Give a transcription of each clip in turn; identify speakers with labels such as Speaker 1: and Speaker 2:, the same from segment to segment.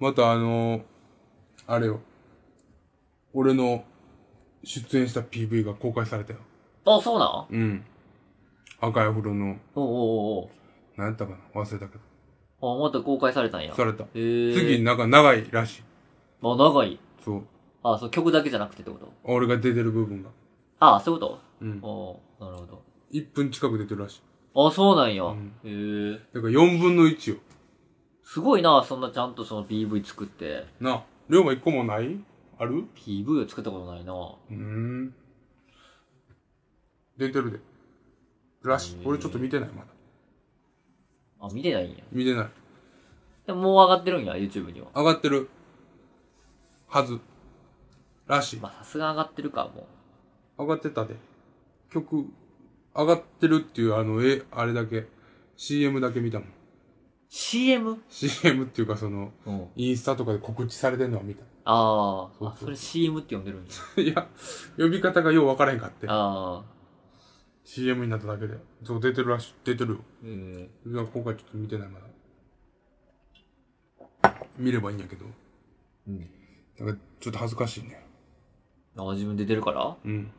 Speaker 1: またあのーあれよ。俺の出演した PV が公開されたよ。
Speaker 2: あ、そうなん
Speaker 1: うん。赤いお風呂の、
Speaker 2: おうおう
Speaker 1: 何やったかな忘れたけど。
Speaker 2: おうおうあ、また公開されたんや。
Speaker 1: された。
Speaker 2: えー、
Speaker 1: 次、なんか長いらしい。
Speaker 2: あ、長い。
Speaker 1: そう。
Speaker 2: あ、そう、曲だけじゃなくてってこと
Speaker 1: 俺が出てる部分が。
Speaker 2: あ、そういうこ
Speaker 1: うん
Speaker 2: と。おうなるほ
Speaker 1: 1分近く出てるらしい。
Speaker 2: ど。あ、そうなんや。
Speaker 1: うん
Speaker 2: えー、
Speaker 1: だから4分の1よ。
Speaker 2: すごいな、そんなちゃんとその PV 作って。
Speaker 1: なあ、龍馬1個もないある
Speaker 2: PV を作ったことないな。
Speaker 1: うん。出てるで。らしい。俺ちょっと見てない、まだ。
Speaker 2: あ、見てないんや。
Speaker 1: 見てない。
Speaker 2: でももう上がってるんや、YouTube には。
Speaker 1: 上がってる。はず。らしい。
Speaker 2: まあ、さすが上がってるか、もう。
Speaker 1: 上がってたで。曲、上がってるっていう、あの、え、あれだけ、CM だけ見たもん。
Speaker 2: CM?
Speaker 1: CM っていうか、その、
Speaker 2: うん。
Speaker 1: インスタとかで告知されてんのは見た。
Speaker 2: あ
Speaker 1: そうそ
Speaker 2: ー
Speaker 1: う
Speaker 2: あ、それ CM って呼んでるんや。
Speaker 1: いや、呼び方がよう分からへんかって。
Speaker 2: ああ。
Speaker 1: CM になっただけで。そう、出てるらしい。出てるよ。
Speaker 2: えー、
Speaker 1: いや今回ちょっと見てない、まだ。見ればいいんやけど。
Speaker 2: うん。
Speaker 1: なんか、ちょっと恥ずかしいね。
Speaker 2: あ、自分出てるから
Speaker 1: うん。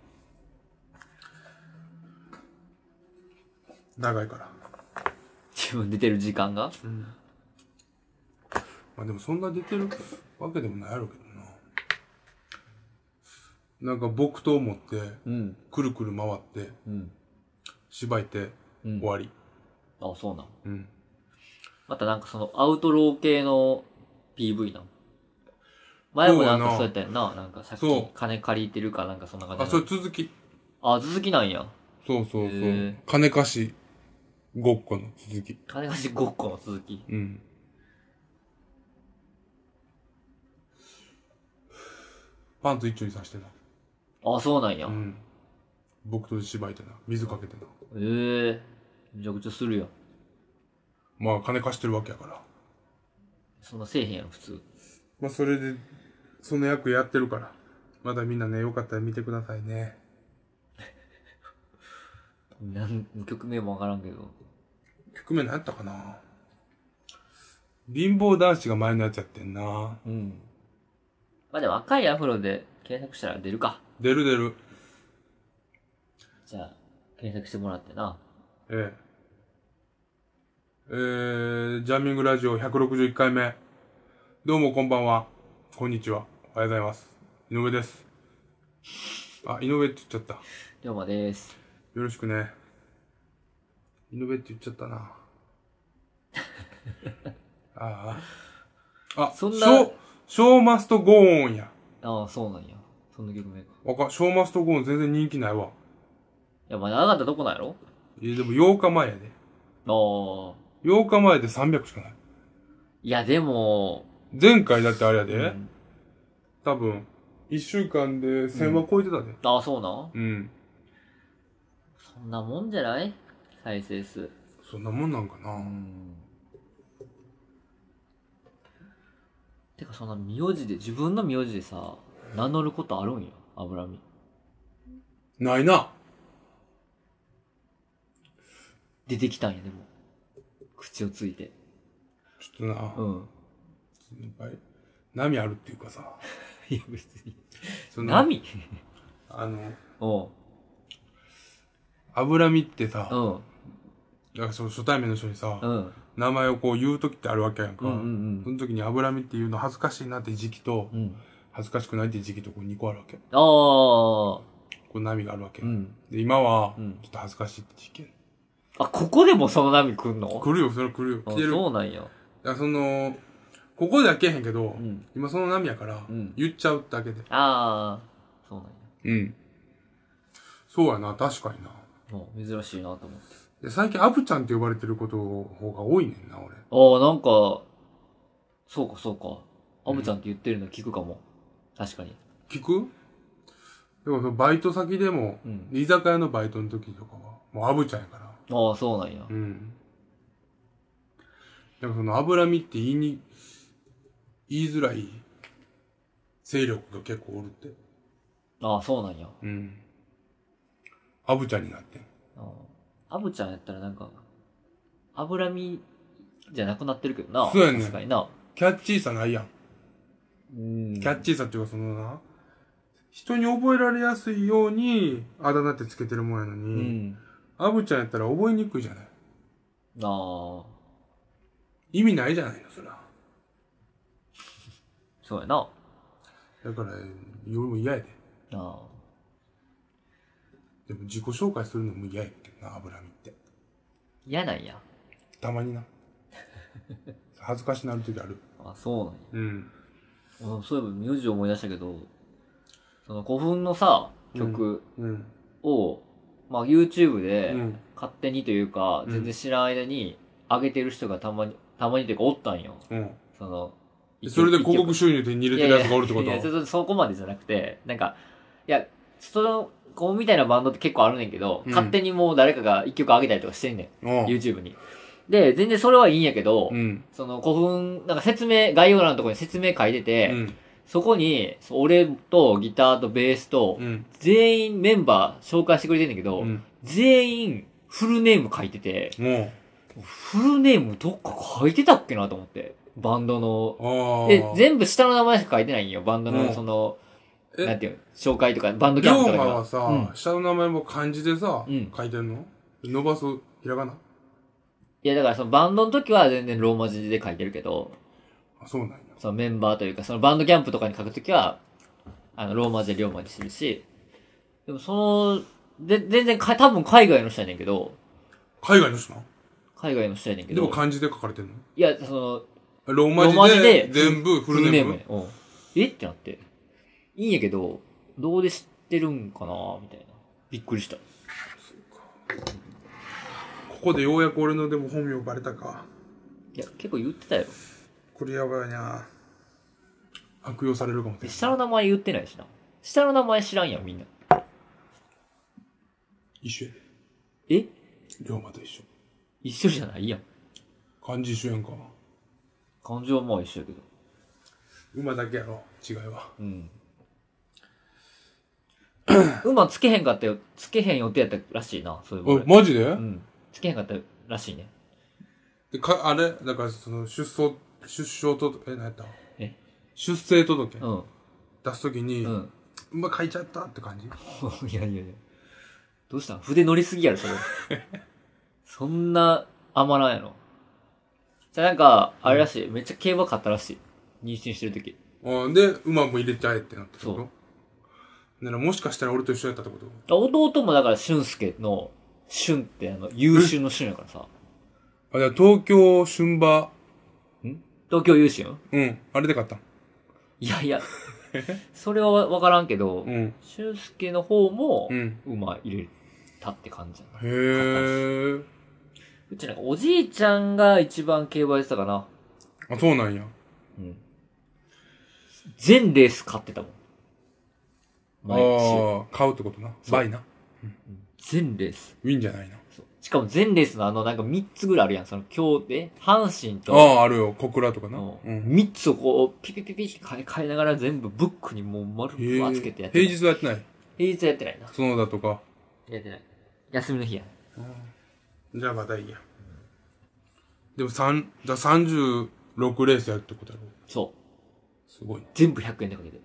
Speaker 1: 長いから。
Speaker 2: 自分出てる時間が
Speaker 1: まあでもそんな出てるわけでもないやろうけどな。なんか木刀持って、
Speaker 2: うん。
Speaker 1: くるくる回って、
Speaker 2: うん。
Speaker 1: しばいて、
Speaker 2: うん
Speaker 1: 終わり。
Speaker 2: あ、そうなん。
Speaker 1: うん。
Speaker 2: またなんかそのアウトロー系の PV なの前もなんかそうやったよな。なんか借
Speaker 1: そう
Speaker 2: 金、金借りてるかなんかそんな感じ
Speaker 1: あ、
Speaker 2: の
Speaker 1: それ続き。
Speaker 2: あ、続きなんや。
Speaker 1: そうそう
Speaker 2: へ
Speaker 1: そ
Speaker 2: ー
Speaker 1: う。金貸しごっこの続き。
Speaker 2: 金貸しごっこの続き。
Speaker 1: うん。パンツ一丁にさしてな。
Speaker 2: あ、そうなんや。
Speaker 1: うん。木刀でしばいてな。水かけてな。
Speaker 2: ええめちゃくちゃするやん。
Speaker 1: まあ金貸してるわけやから。
Speaker 2: そんなせえへんやろ、普通。
Speaker 1: まあそれで、その役やってるから。まだみんなね、よかったら見てくださいね。
Speaker 2: なん、曲名もわからんけど。
Speaker 1: 曲名何やったかな貧乏男子が前のやつやってんな。
Speaker 2: うん。まあ、でも赤いアフロで検索したら出るか。
Speaker 1: 出る出る。
Speaker 2: じゃあ、検索してもらってな。
Speaker 1: ええ。えー、ジャミングラジオ161回目。どうもこんばんは。こんにちは。おはようございます。井上です。あ、井上って言っちゃった。よ
Speaker 2: りょうまです。
Speaker 1: ろしくね。井上って言っちゃった な。ああ。あ、
Speaker 2: そん
Speaker 1: シ
Speaker 2: な
Speaker 1: ョー、ショーマストゴーンや。
Speaker 2: ああ、そうなんや。そんな曲名か。
Speaker 1: わか、ショーマストゴーン全然人気ないわ。
Speaker 2: いや、まだ上がったとこなんやろ
Speaker 1: え、でも8日前やで。
Speaker 2: ああ。
Speaker 1: 8日前で300しかない。
Speaker 2: いや、でも、
Speaker 1: 前回だってあれやで。
Speaker 2: うん
Speaker 1: 多分、一週間で1000は超えてたで。
Speaker 2: ああ、そうなん
Speaker 1: うん。
Speaker 2: そんなもんじゃない再生数。
Speaker 1: そんなもんなんかな、
Speaker 2: ん。てか、そんな名字で、自分の名字でさ、名乗ることあるんや。油身。
Speaker 1: ないな。
Speaker 2: 出てきたんや、でも。口をついて。
Speaker 1: ちょっとな、
Speaker 2: うん。
Speaker 1: やっぱり、波あるっていうかさ。
Speaker 2: いや、別に。
Speaker 1: その
Speaker 2: 波
Speaker 1: あの、
Speaker 2: おう。
Speaker 1: 脂身ってさ、
Speaker 2: う
Speaker 1: だ
Speaker 2: ん。
Speaker 1: からその初対面の人にさ、
Speaker 2: うん。
Speaker 1: 名前をこう言う時ってあるわけやんか。
Speaker 2: うんうん
Speaker 1: そ
Speaker 2: うん。
Speaker 1: の時に脂身っていうの恥ずかしいなって時期と、
Speaker 2: うん。
Speaker 1: 恥ずかしくないって時期とこう2個あるわけ。
Speaker 2: ああ。
Speaker 1: こう波があるわけ。
Speaker 2: うん。
Speaker 1: で、今は、
Speaker 2: うん
Speaker 1: ちょっと恥ずかしいって時期。
Speaker 2: あ、ここでもその波来んの
Speaker 1: 来るよ、それは来るよ。
Speaker 2: あ
Speaker 1: 来てる。だ
Speaker 2: そ
Speaker 1: か
Speaker 2: うなんや。
Speaker 1: らその、ここでは来えへんけど、
Speaker 2: うん。
Speaker 1: 今その波やから、
Speaker 2: うん
Speaker 1: 言っちゃうだけで。
Speaker 2: ああ。そうなんや。
Speaker 1: うん。そうやな、確かにな。
Speaker 2: もう珍しいなと思って。
Speaker 1: で最近、アブちゃんって呼ばれてること方が多いねんな、俺。
Speaker 2: ああ、なんか、そうかそうか。アブちゃんって言ってるの聞くかも。確かに。
Speaker 1: 聞くでも、そのバイト先でも、
Speaker 2: うん
Speaker 1: 居酒屋のバイトの時とかは、もうアブちゃんやから。
Speaker 2: ああ、そうなんや
Speaker 1: う。ん。なんかその、脂身って言いに、言いづらい勢力が結構おるって。
Speaker 2: ああ、そうなんや。
Speaker 1: うん。アブちゃんになってん。
Speaker 2: ああアブちゃんやったらなんか、脂身じゃなくなってるけどな。
Speaker 1: そうやねん
Speaker 2: 確かにな。
Speaker 1: キャッチーさないやん。
Speaker 2: うん。
Speaker 1: キャッチーさっていうかそのな、人に覚えられやすいようにあだ名ってつけてるもんやの
Speaker 2: う
Speaker 1: に、
Speaker 2: ん。
Speaker 1: アブちゃんやったら覚えにくいじゃない。
Speaker 2: なあ。
Speaker 1: 意味ないじゃないの、そら。
Speaker 2: そうやな。
Speaker 1: だから、俺も嫌やで。
Speaker 2: なあ。
Speaker 1: でも自己紹介するのも嫌やけどな、脂身って。
Speaker 2: 嫌なんや。
Speaker 1: たまに な。恥ずかしなる時ある。
Speaker 2: あ、そうなんや。
Speaker 1: うん。
Speaker 2: うんそういえば、名字を思い出したけど、その古墳のさ、曲
Speaker 1: うん。
Speaker 2: を、まあ YouTube
Speaker 1: う
Speaker 2: で、
Speaker 1: ん。
Speaker 2: 勝手にというか、
Speaker 1: うん
Speaker 2: 全然知らん間に、上げてる人がたまに、たまにというかおったんよ。
Speaker 1: うん。
Speaker 2: その、
Speaker 1: それで広告
Speaker 2: 一
Speaker 1: 収入手に入
Speaker 2: 曲
Speaker 1: れてるやつがおるってこ
Speaker 2: いやいやいや
Speaker 1: と
Speaker 2: ちょっとそこまでじゃなくて、なんか、いや、その、こうみたいなバンドって結構あるねんけど、
Speaker 1: うん
Speaker 2: 勝手にもう誰かが一曲上げたりとかしてんねん。
Speaker 1: う
Speaker 2: YouTube に。で、全然それはいいんやけど、
Speaker 1: ん。うん。
Speaker 2: その古墳、なんか説明、概要欄のところに説明書いてて、
Speaker 1: うん。
Speaker 2: そこに、そう俺とギターとベースと、
Speaker 1: うん。
Speaker 2: 全員メンバー紹介してくれてんだけど、
Speaker 1: うん。
Speaker 2: 全員フルネーム書いてて、
Speaker 1: も
Speaker 2: フルネームどっか書いてたっけなと思って。バンドの。
Speaker 1: う。ああ。
Speaker 2: え、全部下の名前しか書いてないんよ。バンド
Speaker 1: うん
Speaker 2: の、その、
Speaker 1: え
Speaker 2: なんていうの紹介とか、バンドキ
Speaker 1: 龍
Speaker 2: ャンプとか
Speaker 1: 馬
Speaker 2: には。
Speaker 1: はさ、
Speaker 2: うん
Speaker 1: 下の名前も漢字でさ、
Speaker 2: うん
Speaker 1: 書いてんの伸ばす、ひらがない
Speaker 2: や、だからそのバンドの時は全然ローマ字で書いてるけど、
Speaker 1: あ、そうなんや。
Speaker 2: そのメンバーというか、そのバンドキャンプとかに書くときは、あの、ローマ字で龍馬にするし、でもその、で、全然か、多分海外の人やねんけど、
Speaker 1: 海外の人な
Speaker 2: 海外の人やねんけ
Speaker 1: で
Speaker 2: ど、
Speaker 1: も漢字で書かれてんの
Speaker 2: いや、そ
Speaker 1: ロー
Speaker 2: の、ロー
Speaker 1: マ
Speaker 2: マ
Speaker 1: 字
Speaker 2: 字
Speaker 1: で
Speaker 2: で、
Speaker 1: 全部フルネーム
Speaker 2: やねうん。えってなって。いいんやけど、どうで知ってるんかなみたいな。びっくりした。
Speaker 1: ここでようやく俺のでも本名バレたか。
Speaker 2: いや、結構言ってたよ。
Speaker 1: これやばいな悪用されるかもし
Speaker 2: で
Speaker 1: れ
Speaker 2: 下
Speaker 1: ない。
Speaker 2: の名前言ってないしな。下の名前知らんやん、みんな。
Speaker 1: 一緒やで。
Speaker 2: え
Speaker 1: 龍馬と一緒。
Speaker 2: 一緒じゃないやん。
Speaker 1: 漢字一緒やんか。
Speaker 2: 漢字はまあ一緒やけど。
Speaker 1: 馬だけやろ。違いは。
Speaker 2: うん。馬つけへんかったよ。つけへん予定やったらしいな、そういう
Speaker 1: お
Speaker 2: こ、と。
Speaker 1: マジで
Speaker 2: うん。つけへんかったらしいね。
Speaker 1: でか、あれだからその、出走、出生と、え、何やった
Speaker 2: え
Speaker 1: 出生届
Speaker 2: うん。
Speaker 1: 出すときに、
Speaker 2: う。
Speaker 1: うんま書いちゃったって感じ
Speaker 2: いやいやいや。どうしたん筆乗りすぎやろ、それ。 そんな、甘なんやろ。じゃあなんか、あれらしい。めっちゃ競馬買ったらしい。妊娠してる時。
Speaker 1: うん、で、馬も入れちゃえってなったってこ
Speaker 2: そ
Speaker 1: とならもしかしたら俺と一緒やったってこと
Speaker 2: 弟もだから、俊介の、俊ってあの、優秀の俊やからさ。
Speaker 1: あ、じゃあ東京春馬、
Speaker 2: 東京優秀
Speaker 1: うん、あれで買ったん
Speaker 2: いやいや。 それはわわからんけど、
Speaker 1: うん。
Speaker 2: 俊介の方も
Speaker 1: う、ん。
Speaker 2: 馬入れたって感じやな
Speaker 1: へー。
Speaker 2: うちなんかおじいちゃんが一番競馬やってたかな。
Speaker 1: あ、そうなんや。
Speaker 2: うん。全レース勝ってたもん。
Speaker 1: あ
Speaker 2: 毎週。
Speaker 1: あ、買うってことな。
Speaker 2: そう
Speaker 1: バイな。
Speaker 2: 全レース。
Speaker 1: ウィンじゃないな。
Speaker 2: そうしかも全レースのあのなんか3つぐらいあるやん。その今日で、阪神
Speaker 1: あ
Speaker 2: と、
Speaker 1: あー、あるよ。小倉とかな。
Speaker 2: の
Speaker 1: うん。
Speaker 2: 3つをこう、ピピピピって変え変えながら全部ブックにもう丸
Speaker 1: へ
Speaker 2: くわつけてや
Speaker 1: ー
Speaker 2: って
Speaker 1: 平
Speaker 2: た。
Speaker 1: 日はやってない。
Speaker 2: 平日はやってないな。
Speaker 1: 園田とか。
Speaker 2: やってない。休みの日や。
Speaker 1: じゃあまたいいや。でも三、じゃあ36レースやるってことやろ。
Speaker 2: そう。
Speaker 1: すごいね。
Speaker 2: 全部100円でかけてる。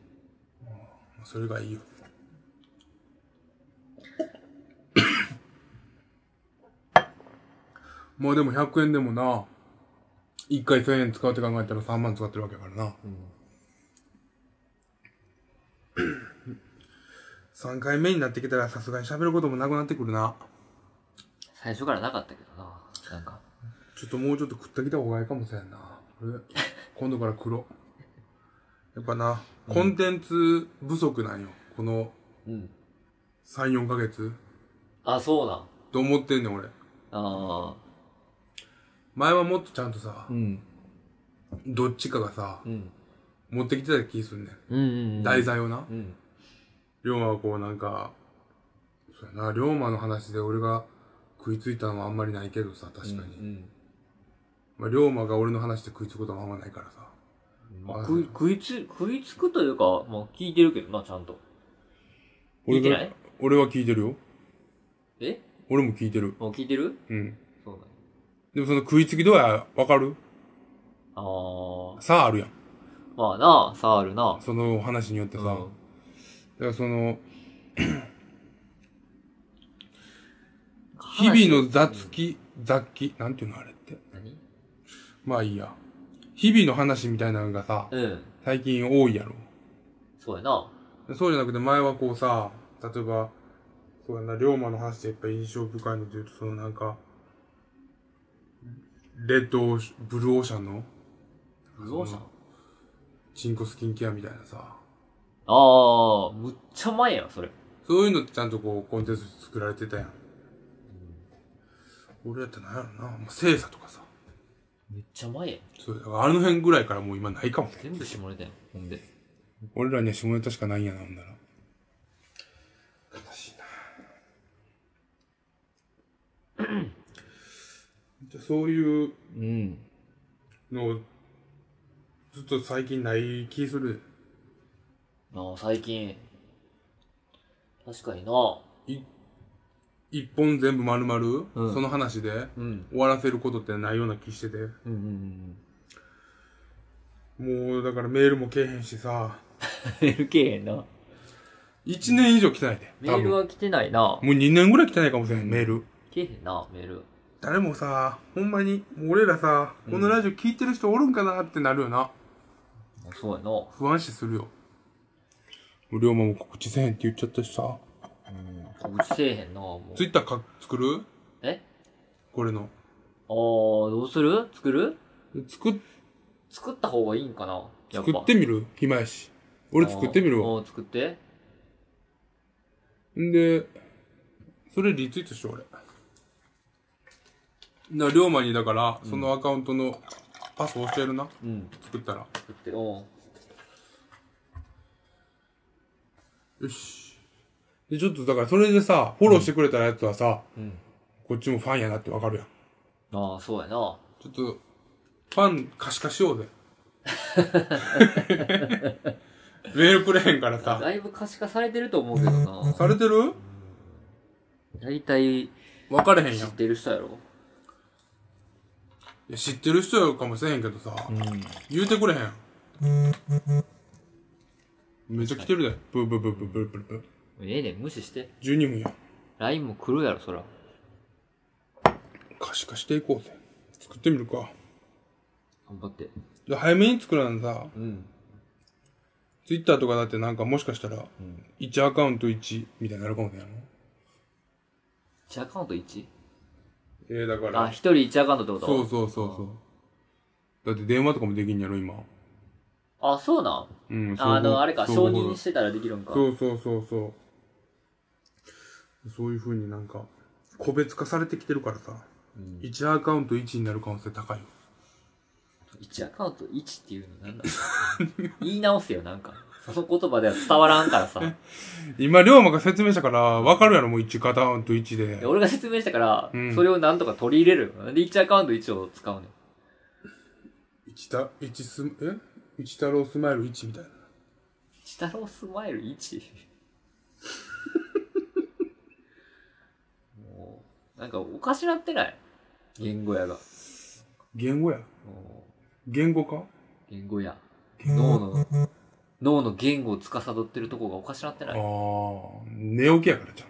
Speaker 1: それがいい よ。まあでも100円でもな、1回1000円使うって考えたら3万使ってるわけやからな。3回目になってきたらさすがに喋ることもなくなってくるな。
Speaker 2: 最初からなかったけどな。なんか。
Speaker 1: ちょっともうちょっと食ってきた方がいいかもしれんな。これ、今度から黒。やっぱな、コンテンツ不足なんよ。この
Speaker 2: うん。
Speaker 1: 3、4ヶ月。
Speaker 2: あ、そうなん。
Speaker 1: と思ってんねん俺。
Speaker 2: あ
Speaker 1: 前はもっとちゃんとさ
Speaker 2: あ。、ん。
Speaker 1: どっちかがさ
Speaker 2: う、ん。
Speaker 1: 持ってきてた気すんね。
Speaker 2: うんうんうんん。
Speaker 1: 題材をな
Speaker 2: う。ん。
Speaker 1: 龍馬はこうなんか、そうやな、龍馬の話で俺が食いついたのはあんまりないけどさ、確かに。
Speaker 2: うん
Speaker 1: まあ、龍馬が俺の話で食いつくことはあんまないからさ。
Speaker 2: うんまあ、
Speaker 1: あ
Speaker 2: 食い、食いつ、食いつくというか、まあ聞いてるけどな、ちゃんと。聞いてない
Speaker 1: 俺は聞いてるよ。
Speaker 2: え
Speaker 1: 俺も聞いてる。
Speaker 2: もう聞いてる
Speaker 1: うん。
Speaker 2: そうだね。
Speaker 1: でもその食いつき度はわかる
Speaker 2: あああ。
Speaker 1: さああるやん。
Speaker 2: まあな、差あるな。
Speaker 1: その話によってさ。
Speaker 2: う
Speaker 1: だ
Speaker 2: ん
Speaker 1: からその、日々の雑記、雑記、なんていうのあれって。
Speaker 2: 何
Speaker 1: まあいいや。日々の話みたいなのがさ、
Speaker 2: うん。
Speaker 1: 最近多いやろ。
Speaker 2: そうやな。
Speaker 1: でそうじゃなくて前はこうさ、例えば、そうやな、龍馬の話でやっぱ印象深いので言うと、そのなんか、レッドオーシブルーオーシャンの
Speaker 2: ブルーオーシャン
Speaker 1: うチンコスキンケアみたいなさ、
Speaker 2: ああ、むっちゃ前やん、それ。
Speaker 1: そういうのってちゃんとこうコンテンツ作られてたやん。俺やったらなんやろな、もう精査とかさ、
Speaker 2: めっちゃ前やん。
Speaker 1: そうだからあの辺ぐらいからもう今ないかもね。
Speaker 2: 全部下ネタやん、ほんで。
Speaker 1: 俺らには下ネタしかないんやな、ほんなら。悲しいな。 じゃあそういう
Speaker 2: うん。
Speaker 1: のずっと最近ない気する。
Speaker 2: なあ、最近。確かにな。
Speaker 1: 一本全部丸々、
Speaker 2: うん
Speaker 1: その話で
Speaker 2: うん。
Speaker 1: 終わらせることってないような気してて。
Speaker 2: うんうんうん。
Speaker 1: もうだからメールもけえへんしさ、
Speaker 2: メールけえへんな。
Speaker 1: 1年以上来てないで。
Speaker 2: メ
Speaker 1: 多
Speaker 2: ー
Speaker 1: 分。
Speaker 2: ル
Speaker 1: も
Speaker 2: は来てないな
Speaker 1: う。2年ぐらい来てないかもしれん、メール。
Speaker 2: けえへんな、メール。
Speaker 1: 誰もさ、ほんまに、もう俺らさ、このラジオ聞いてる人おるんかなってなるよな。
Speaker 2: あそうやな。
Speaker 1: 不安視するよ。無料馬も告知せへんって言っちゃったしさ。
Speaker 2: 告知せえへんな、もう。
Speaker 1: ツイッターか作る
Speaker 2: え
Speaker 1: これの。
Speaker 2: ああ、どうする作る
Speaker 1: 作っ、
Speaker 2: 作った方がいいんかなやっぱ
Speaker 1: 作ってみる暇やし。俺作ってみるわ。
Speaker 2: あー作って。
Speaker 1: んで、それリツイートしよう、俺。な、龍馬にだから、そのアカウントのパス教えるな。
Speaker 2: うん。
Speaker 1: 作ったら。
Speaker 2: 作って、うん。
Speaker 1: よし。で、ちょっとだから、それでさ、フォローしてくれたやつはさ、
Speaker 2: うん。
Speaker 1: こっちもファンやなってわかるやん。
Speaker 2: ああ、そうやな。
Speaker 1: ちょっと、ファン可視化しよう ぜ。メールくれへんからさ。
Speaker 2: だいぶ可視化されてると思うけどな。
Speaker 1: されてる
Speaker 2: 大体
Speaker 1: 分かれへん
Speaker 2: 知
Speaker 1: やん
Speaker 2: っ。てる人やろ。
Speaker 1: いや知ってる人やかもしれへんけどさ、言うてくれへん。めっちゃ来てるで。ブーブーブーブーブーブーブー。
Speaker 2: ええねん、無視して。
Speaker 1: 12分や。
Speaker 2: LINE も来るやろ、そら。
Speaker 1: 可視化していこうぜ。作ってみるか。
Speaker 2: 頑張って。
Speaker 1: で早めに作らんさ、
Speaker 2: うん。
Speaker 1: ツイッターとかだってなんかもしかしたら、1アカウント1みたいになるかもね。
Speaker 2: 1アカウント 1?
Speaker 1: えー、だか
Speaker 2: あ、
Speaker 1: ら
Speaker 2: 一。人1アカウントってこと
Speaker 1: そうそうそうそう。だって電話とかもできんやろ、今。
Speaker 2: あ、そうなん
Speaker 1: うん、
Speaker 2: ああの、あれか、承
Speaker 1: そう
Speaker 2: 認してたらできるんか。
Speaker 1: そうそうそうそう。そういう風になんか、個別化されてきてるからさ、1アカウント1になる可能性高いよ。
Speaker 2: 1アカウント1っていうのなんだ言い直せよ、なんか。その言葉では伝わらんからさ。
Speaker 1: 今、龍馬が説明したから、わかるやろ、もう1アカウント1
Speaker 2: で
Speaker 1: で。
Speaker 2: 俺が説明したから、
Speaker 1: うん
Speaker 2: それをなんとか取り入れるよ。なんで1アカウント1を使うのよ。
Speaker 1: 1た、一す、え一太郎スマイル1みたいな。
Speaker 2: チタロースマイ ル 1? もう、なんかおかしなってない言語やが。
Speaker 1: 言語や。
Speaker 2: も
Speaker 1: 言語化
Speaker 2: う言語や。脳の、脳の言語を司ってるとこがおかしなって
Speaker 1: あ
Speaker 2: な
Speaker 1: あ
Speaker 2: い
Speaker 1: ー、寝起きやからじゃ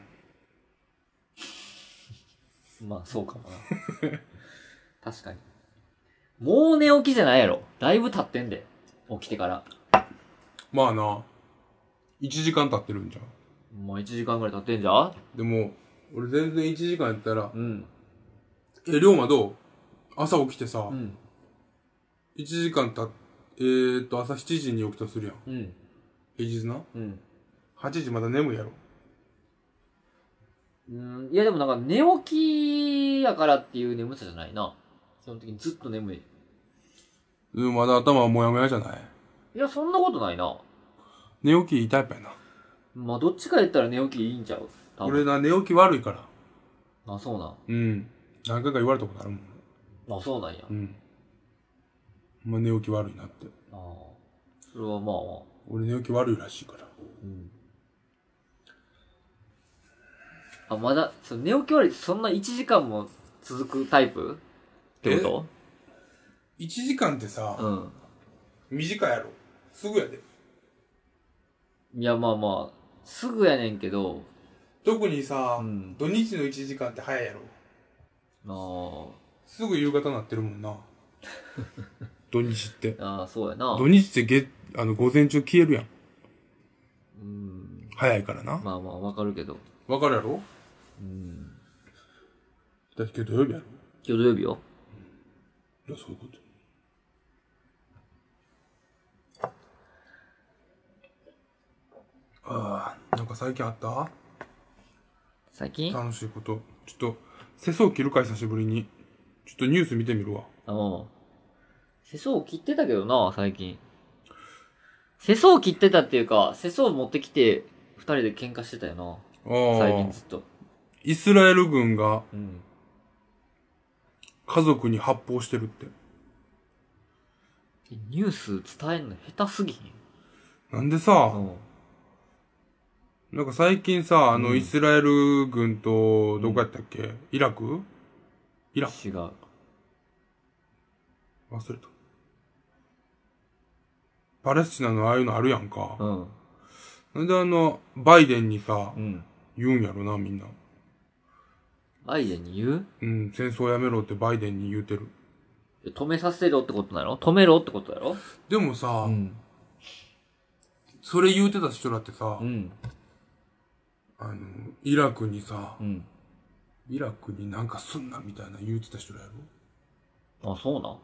Speaker 1: ん。
Speaker 2: まあ、そうかもな。 確かに。もう寝起きじゃないやろ。だいぶ経ってんで。起きてから。
Speaker 1: まあな、1時間経ってるんじゃん。
Speaker 2: もう1時間ぐらい経ってんじゃん
Speaker 1: でも、俺全然1時間やったら
Speaker 2: う、ん。
Speaker 1: え、龍馬どう朝起きてさ、
Speaker 2: うん。
Speaker 1: 1時間たっ、えーっと、朝7時に起きたとするやん。
Speaker 2: うん。
Speaker 1: 平日な。
Speaker 2: うん。
Speaker 1: 8時まだ眠いやろ。
Speaker 2: うんいやでもなんか寝起きやからっていう眠さじゃないな。基本的にずっと眠い。
Speaker 1: うん、まだ頭はもやもやじゃない。
Speaker 2: いや、そんなことないな。
Speaker 1: 寝起きいいタイプやな。
Speaker 2: まあ、どっちか言ったら寝起きいいんちゃう多分
Speaker 1: 俺な、寝起き悪いから。
Speaker 2: あ、そうなん。
Speaker 1: うん。何回か言われたことあるもん。
Speaker 2: あ、そうなんや。
Speaker 1: うん。まあ、寝起き悪いなって。
Speaker 2: ああ。それはまあまあ。
Speaker 1: 俺寝起き悪いらしいから。
Speaker 2: うん。あ、まだ、その寝起き割りそんな1時間も続くタイプってこと
Speaker 1: 1時間ってさ、
Speaker 2: うん。
Speaker 1: 短いやろ。すぐやで。
Speaker 2: いや、まあまあ、すぐやねんけど、
Speaker 1: 特にさ、
Speaker 2: うん
Speaker 1: 土日の1時間って早いやろ。
Speaker 2: あー
Speaker 1: すぐ夕方になってるもんな。 土日って。
Speaker 2: あー、そうやな。
Speaker 1: 土日ってげあの午前中消えるやん。
Speaker 2: うん。
Speaker 1: 早いからな。
Speaker 2: まあまあ、わかるけど。
Speaker 1: わかるやろ
Speaker 2: うん。
Speaker 1: だって今日土曜日やろ
Speaker 2: 今日土曜日よ。
Speaker 1: いや、そういうこと。ああ、なんか最近あった
Speaker 2: 最近あ
Speaker 1: 楽しいこと。ちょっと、世相切るか久しぶりに。ちょっとニュース見てみるわ。
Speaker 2: あ。世相を切ってたけどな、最近。世相を切ってたっていうか、世相を持ってきて、二人で喧嘩してたよな。最近
Speaker 1: ああ
Speaker 2: ず、っと。
Speaker 1: イスラエル軍が
Speaker 2: うん。
Speaker 1: 家族に発砲してるって。
Speaker 2: ニュース伝えんの下手すぎひん。
Speaker 1: なんでさ、
Speaker 2: うん。
Speaker 1: なんか最近さ、あ
Speaker 2: う
Speaker 1: の、
Speaker 2: ん
Speaker 1: イスラエル軍と、どこやったっけイラクイラク
Speaker 2: 違う。
Speaker 1: 忘れた。パレスチナのああいうのあるやんか。
Speaker 2: うん。
Speaker 1: なんであの、バイデンにさ
Speaker 2: う、ん。
Speaker 1: 言うんやろな、みんな。
Speaker 2: バイデンに言う
Speaker 1: うん、戦争やめろってバイデンに言うてる。
Speaker 2: 止めさせろってことなの止めろってことだろ
Speaker 1: でもさ、
Speaker 2: ん。
Speaker 1: それ言うてた人だってさ、
Speaker 2: うん。
Speaker 1: あの、イラクにさ、
Speaker 2: うん。
Speaker 1: イラクになんかすんなみたいな言うてた人らやろ
Speaker 2: あ、そうな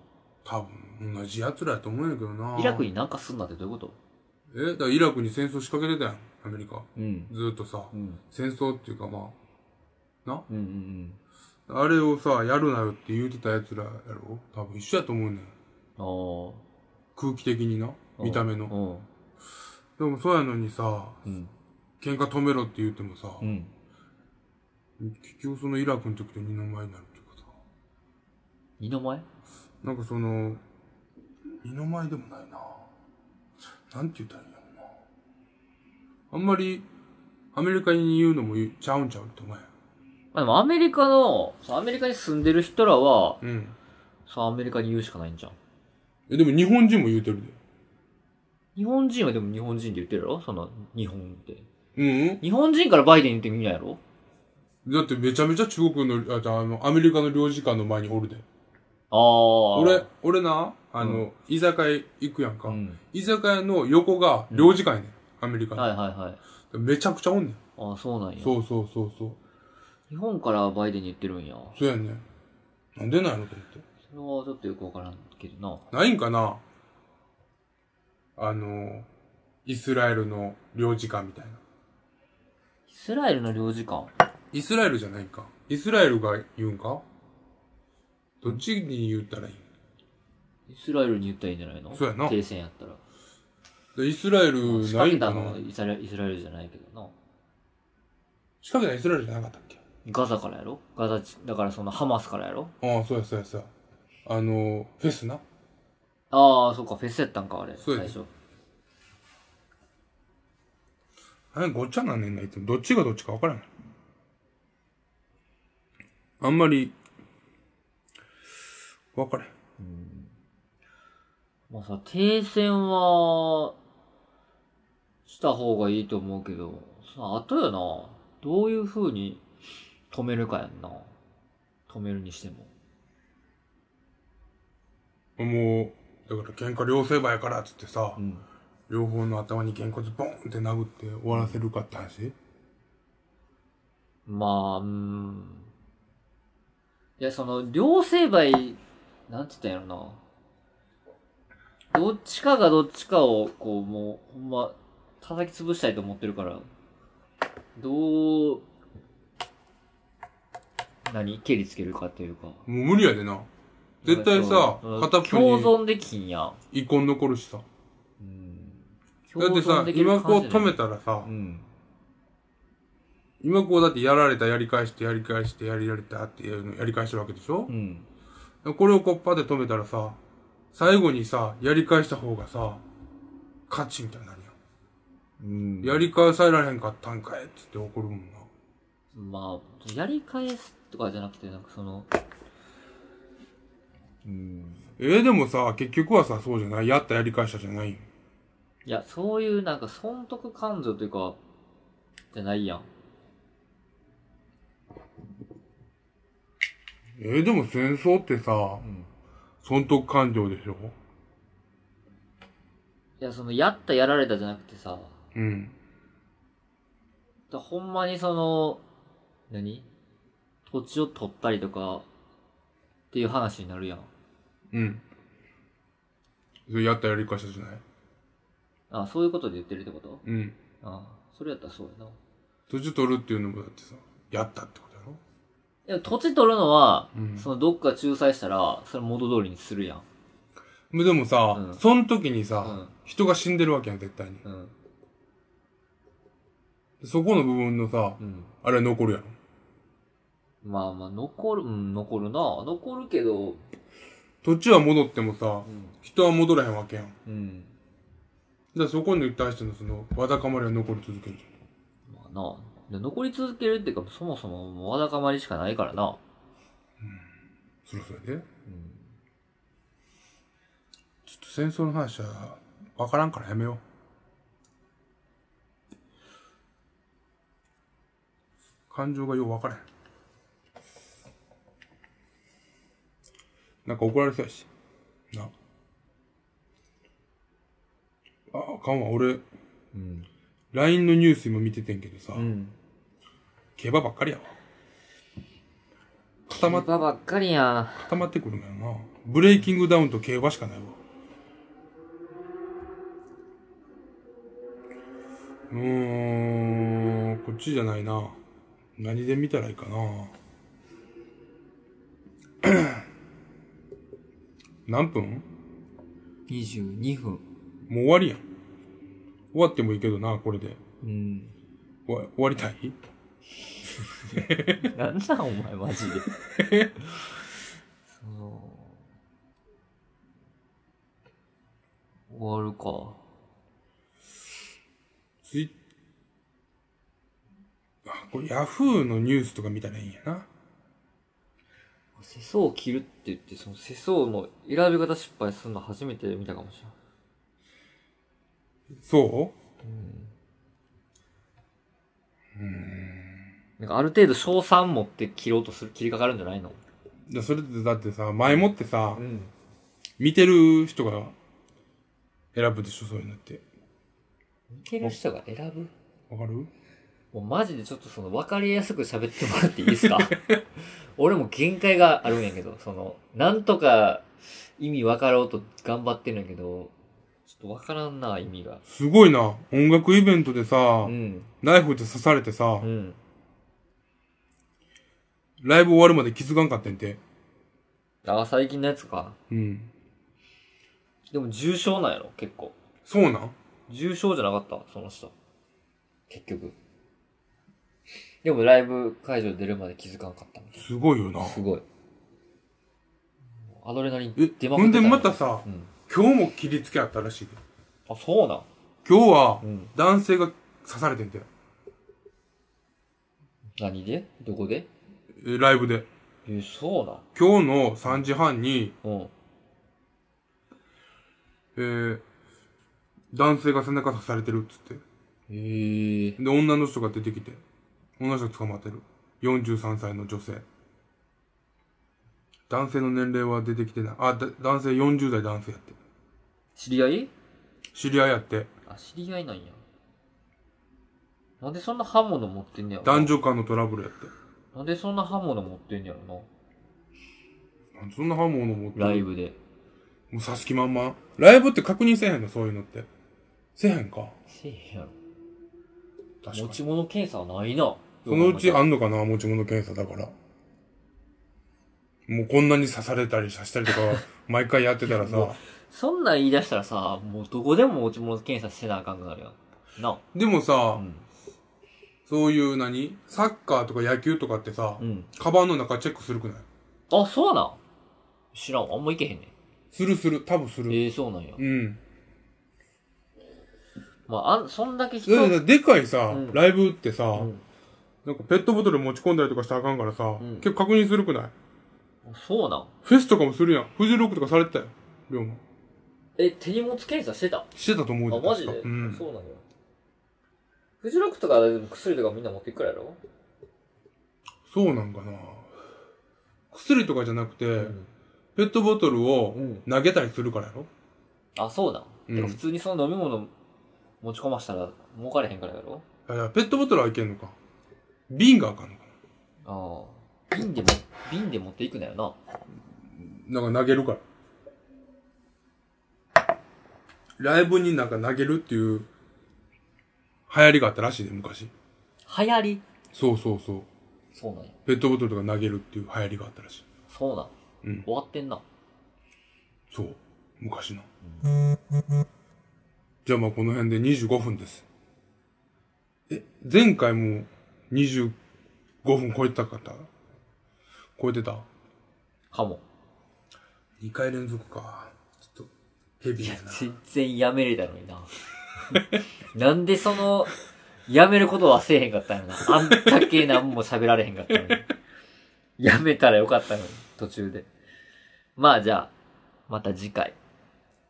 Speaker 1: 多分、同じ奴らやと思うんやけどな。
Speaker 2: ん。イラクになんかすんなってどういうこと
Speaker 1: え、だからイラクに戦争仕掛けてたやん、アメリカ。
Speaker 2: うん。
Speaker 1: ずーっとさ、
Speaker 2: うん。
Speaker 1: 戦争っていうかま
Speaker 2: うんうん
Speaker 1: あ、あれをさ、やるなよって言うてた奴らやろ多分一緒やと思うねん。
Speaker 2: うん。あ
Speaker 1: 空気的にな、
Speaker 2: あ。
Speaker 1: 見た目の。
Speaker 2: の。
Speaker 1: でもそうやのにさ、
Speaker 2: うん。うん。
Speaker 1: 喧嘩止めろって言ってもさ、
Speaker 2: うん。
Speaker 1: 結局そのイラクの時と二の舞になるっていうかさ、
Speaker 2: 二の前
Speaker 1: なんかその、二の舞でもないななんて言ったらいいんやろな。あんまり、アメリカに言うのも言うちゃうんちゃうってお前。
Speaker 2: まあでもアメリカの、そうアメリカに住んでる人らは、
Speaker 1: うん。
Speaker 2: そうアメリカに言うしかないんじゃん。
Speaker 1: え、でも日本人も言うてるで。
Speaker 2: 日本人はでも日本人って言ってるやろその、日本って。
Speaker 1: うん、
Speaker 2: 日本人からバイデン言ってみんなやろ
Speaker 1: だってめちゃめちゃ中国の、あじゃああの、アメリカの領事館の前におるで。
Speaker 2: ああ。
Speaker 1: 俺、俺な、あの、居酒屋行くやんか。
Speaker 2: うん。
Speaker 1: 居酒屋の横が領事館やねん。アメリカの。
Speaker 2: はいはいはい。
Speaker 1: めちゃくちゃおんねん。
Speaker 2: ああ、そうなんや。
Speaker 1: そうそうそうそう。
Speaker 2: 日本からバイデンに言ってるんや。
Speaker 1: そうやねん。なんでなんやろと思って。
Speaker 2: それはちょっとよくわからんけどな。
Speaker 1: ないんかなあの、イスラエルの領事館みたいな。
Speaker 2: イスラエルの領事館。
Speaker 1: イスラエルじゃないんか。イスラエルが言うんかどっちに言ったらいい
Speaker 2: イスラエルに言ったらいいんじゃないの
Speaker 1: そうやな
Speaker 2: 停戦やったら。
Speaker 1: でイスラエル
Speaker 2: 仕
Speaker 1: な
Speaker 2: 掛
Speaker 1: い
Speaker 2: け
Speaker 1: んか
Speaker 2: た
Speaker 1: な
Speaker 2: のはイスラエルイスラエルじゃないけどな。
Speaker 1: 仕掛けたのイスラエルじゃなかったっけ
Speaker 2: ガザからやろガザ地、だからそのハマスからやろ
Speaker 1: ああ、そうやそうやそうや。あの、フェスな。
Speaker 2: ああ、そうか、フェスやったんか、あれ。
Speaker 1: そうや
Speaker 2: 最初。
Speaker 1: あれごっちゃなんねんな、いつも。どっちがどっちか分からん。あんまり、分からん。
Speaker 2: まあさ、停戦は、した方がいいと思うけど、その後やな。どういう風に止めるかやんな。止めるにしても。
Speaker 1: もう、だから喧嘩両成敗やからっつってさ、
Speaker 2: うん。
Speaker 1: 両方の頭にげんこつボンって殴って終わらせるかって話
Speaker 2: まあ、うーん。いや、その、両成敗、なんて言ったんやろな。どっちかがどっちかを、こう、もう、ほんま、叩き潰したいと思ってるから、どう、何蹴りつけるかっていうか。
Speaker 1: もう無理やでな。絶対さ
Speaker 2: そう、
Speaker 1: 片っぽ
Speaker 2: 共
Speaker 1: に
Speaker 2: 存できひんやん。
Speaker 1: 遺恨残るしさ。
Speaker 2: うん。
Speaker 1: だって
Speaker 2: 共存
Speaker 1: さ、
Speaker 2: できる
Speaker 1: 今こう
Speaker 2: 感じじゃ
Speaker 1: 止
Speaker 2: ない
Speaker 1: めたらさ
Speaker 2: う、ん。
Speaker 1: 今こうだってやられたやり返してやり返してやりられたっていうのやり返してるわけでしょ
Speaker 2: う、ん。
Speaker 1: これをこうパッて止めたらさ、最後にさ、やり返した方がさ、勝ちみたいになる
Speaker 2: うん。
Speaker 1: やん。やり返されられへんかったんかいっつって怒るもんな。
Speaker 2: まあ、やり返すとかじゃなくて、なんかその、うん。
Speaker 1: えーでもさ、結局はさ、そうじゃない。やったやり返したじゃないよ。
Speaker 2: いや、そういうなんか損得感情というか、じゃないやん。
Speaker 1: えーでも戦争ってさ、損得感情でしょ
Speaker 2: いや、その、やったやられたじゃなくてさ、
Speaker 1: うん。
Speaker 2: だほんまにその、何土地を取ったりとか、っていう話になるやん。
Speaker 1: うん。それやったやり返したじゃない
Speaker 2: あ、そういうことで言ってるってこと
Speaker 1: うん。
Speaker 2: あそれやったらそうやな。
Speaker 1: 土地取るっていうのもだってさ、やったってことやろ
Speaker 2: でも土地取るのは、
Speaker 1: うん
Speaker 2: そのどっか仲裁したら、それ元通りにするやん。
Speaker 1: ででもさ、
Speaker 2: うん
Speaker 1: その時にさ、
Speaker 2: うん
Speaker 1: 人が死んでるわけやん、絶対に。
Speaker 2: うん。
Speaker 1: そこの部分のさ、
Speaker 2: うん。
Speaker 1: あれは残るやろ。
Speaker 2: まあまあ、残る、うん、残るな。残るけど、
Speaker 1: 土地は戻ってもさ
Speaker 2: う、ん。
Speaker 1: 人は戻らへんわけやん。だか
Speaker 2: うん。
Speaker 1: らそこに対してのその、わだかまりは残り続けるじ
Speaker 2: まあな。で残り続けるっていうか、そもそももうわだかまりしかないからな。
Speaker 1: ゃん。そろそろで。
Speaker 2: うん。
Speaker 1: ちょっと戦争の話は、わからんからやめよう。感情がようわからへん。なんか怒られそうやし。な。ああ、かんわ。俺、
Speaker 2: うん。
Speaker 1: LINE のニュース今見ててんけどさ、
Speaker 2: うん。
Speaker 1: 競馬ばっかりやわ。固まっ
Speaker 2: ばばっかりや
Speaker 1: 固まってくるんやな。ブレイキングダウンと競馬しかないわ。うーん、こっちじゃないな。何で見たらいいかな。 何分
Speaker 2: ん。22分。
Speaker 1: もう終わりやん。終わってもいいけどな、これで。
Speaker 2: うん。
Speaker 1: 終わ終わりたい
Speaker 2: なんなんお前マ ジで。その終わるか。
Speaker 1: ツイあ、これヤフーのニュースとか見たらいいんやな。
Speaker 2: 世相を切るって言って、その世相の選び方失敗するの初めて見たかもし
Speaker 1: そう
Speaker 2: れない。うん。なんかある程度賞賛持って切ろうとする、切りかかるんじゃないの
Speaker 1: じゃあそれってだってさ、前もってさ、
Speaker 2: ん。
Speaker 1: 見てる人が選ぶでしょ、そういうのって。
Speaker 2: 見てる人が選ぶ
Speaker 1: わかる
Speaker 2: もうマジでちょっとその分かりやすく喋ってもらっていいです か俺も限界があるんやけど、その、なんとか意味分かろうと頑張ってるんやけど、ちょっと分からんな、意味が。
Speaker 1: すごいな。音楽イベントでさ
Speaker 2: う、ん。
Speaker 1: ナイフで刺されてさ
Speaker 2: う、ん。
Speaker 1: ライブ終わるまで気づかんかってんて。
Speaker 2: ああ、最近のやつか。
Speaker 1: うん。
Speaker 2: でも重症なんやろ、結構。
Speaker 1: そうなん
Speaker 2: 重症じゃなかった、その人。結局。でもライブ会場出るまで気づかんかったみたい
Speaker 1: すごいよな
Speaker 2: な。。すごい。アドレナリン
Speaker 1: え、
Speaker 2: 出ま
Speaker 1: ほ
Speaker 2: くっ
Speaker 1: ん
Speaker 2: て
Speaker 1: で
Speaker 2: たの
Speaker 1: またさ
Speaker 2: う、ん。
Speaker 1: 今日も切りつけあったらしいで。
Speaker 2: あ、そうなん。
Speaker 1: 今日は
Speaker 2: うん、
Speaker 1: 男性が刺されてんて。
Speaker 2: 何でどこで
Speaker 1: えライブで。
Speaker 2: え、そうなん。
Speaker 1: 今日の3時半に、
Speaker 2: うん。
Speaker 1: えー、男性が背中刺されてるっつって。
Speaker 2: へえ。
Speaker 1: で、女の人が出てきて、女の人捕まってる。43歳の女性。男性の年齢は出てきてない。あ、だ男性40代男性やって。
Speaker 2: 知り合い
Speaker 1: 知り合いやって。
Speaker 2: あ、知り合いなんや。なんでそんな刃物持ってんねやろな
Speaker 1: 男女間のトラブルやって。
Speaker 2: なんでそんな刃物持ってんねやろ
Speaker 1: なんでそんな刃物持ってる
Speaker 2: な。ライブで。
Speaker 1: もう刺す気満々。ライブって確認せえへんのそういうのって。せえへんか。
Speaker 2: せえへんやろ。
Speaker 1: 確
Speaker 2: 持
Speaker 1: かに。
Speaker 2: ち物検査はないな。
Speaker 1: そのうちあ
Speaker 2: あ
Speaker 1: んのかな持ち物検査だから。もうこんなに刺されたり刺したりと か、毎回やってたらさ。
Speaker 2: そんなん言い出したらさ、もうどこでも持ち物検査せなあかんくなるやん。な
Speaker 1: でも
Speaker 2: あ。
Speaker 1: さ
Speaker 2: う、ん。
Speaker 1: そういう何サッカーとか野球とかってさ、
Speaker 2: うん。
Speaker 1: カバンの中チェックするくない
Speaker 2: あ、そうなん。知らん。あんま行けへんね
Speaker 1: するする、多分す
Speaker 2: ん。
Speaker 1: る。
Speaker 2: ええそうなんや
Speaker 1: う。ん。
Speaker 2: まあ、あん、そんだけ人、
Speaker 1: だって
Speaker 2: う
Speaker 1: さでかいさ、
Speaker 2: うん
Speaker 1: ライブってさ、
Speaker 2: ん。
Speaker 1: なんかペットボトル持ち込んだりとかしたらあかんからさ、
Speaker 2: うん
Speaker 1: 結構確認するくない
Speaker 2: そうなん
Speaker 1: フェスとかもするやん。フジロックとかされてたよ。龍馬。
Speaker 2: え、手荷物検査してたあ、
Speaker 1: してたと思う
Speaker 2: マジで、
Speaker 1: 確かうん。
Speaker 2: そうなんや。フジロックとかでも薬とかみんな持っていくからやろ
Speaker 1: そうなんかな。薬とかじゃなくて、
Speaker 2: うん。
Speaker 1: ペットボトルを
Speaker 2: うん
Speaker 1: 投げたりするからやろ
Speaker 2: あ、そうなん。
Speaker 1: うん
Speaker 2: てか普通にその飲み物持ち込ましたら儲かれへんからやろ
Speaker 1: あいやペットボトルはいけんのか。瓶があかんのか
Speaker 2: ああ。瓶でも、瓶で持っていくなよな。
Speaker 1: な。なんか投げるから。ライブになんか投げるっていう流行りがあったらしいね、昔。
Speaker 2: 流行り
Speaker 1: そうそうそう。
Speaker 2: そうなんや。
Speaker 1: ペットボトルとか投げるっていう流行りがあったらしい。
Speaker 2: そうなん。
Speaker 1: うん
Speaker 2: 終わってんな。
Speaker 1: そう。昔な。じゃあまあこの辺で25分です。え、前回も25分超えた方超えてた
Speaker 2: かも。
Speaker 1: ?2 回連続か。ちょっと、ヘビ
Speaker 2: い
Speaker 1: ー
Speaker 2: や
Speaker 1: や、な。
Speaker 2: 全然やめれたのにな。なんでその、やめることはせえへんかったんやろな。あんだけ何も喋られへんかったのに。やめたらよかったのに、途中で。まあじゃあ、また次回。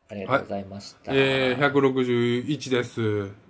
Speaker 2: ありがとうございました。
Speaker 1: えー、161です。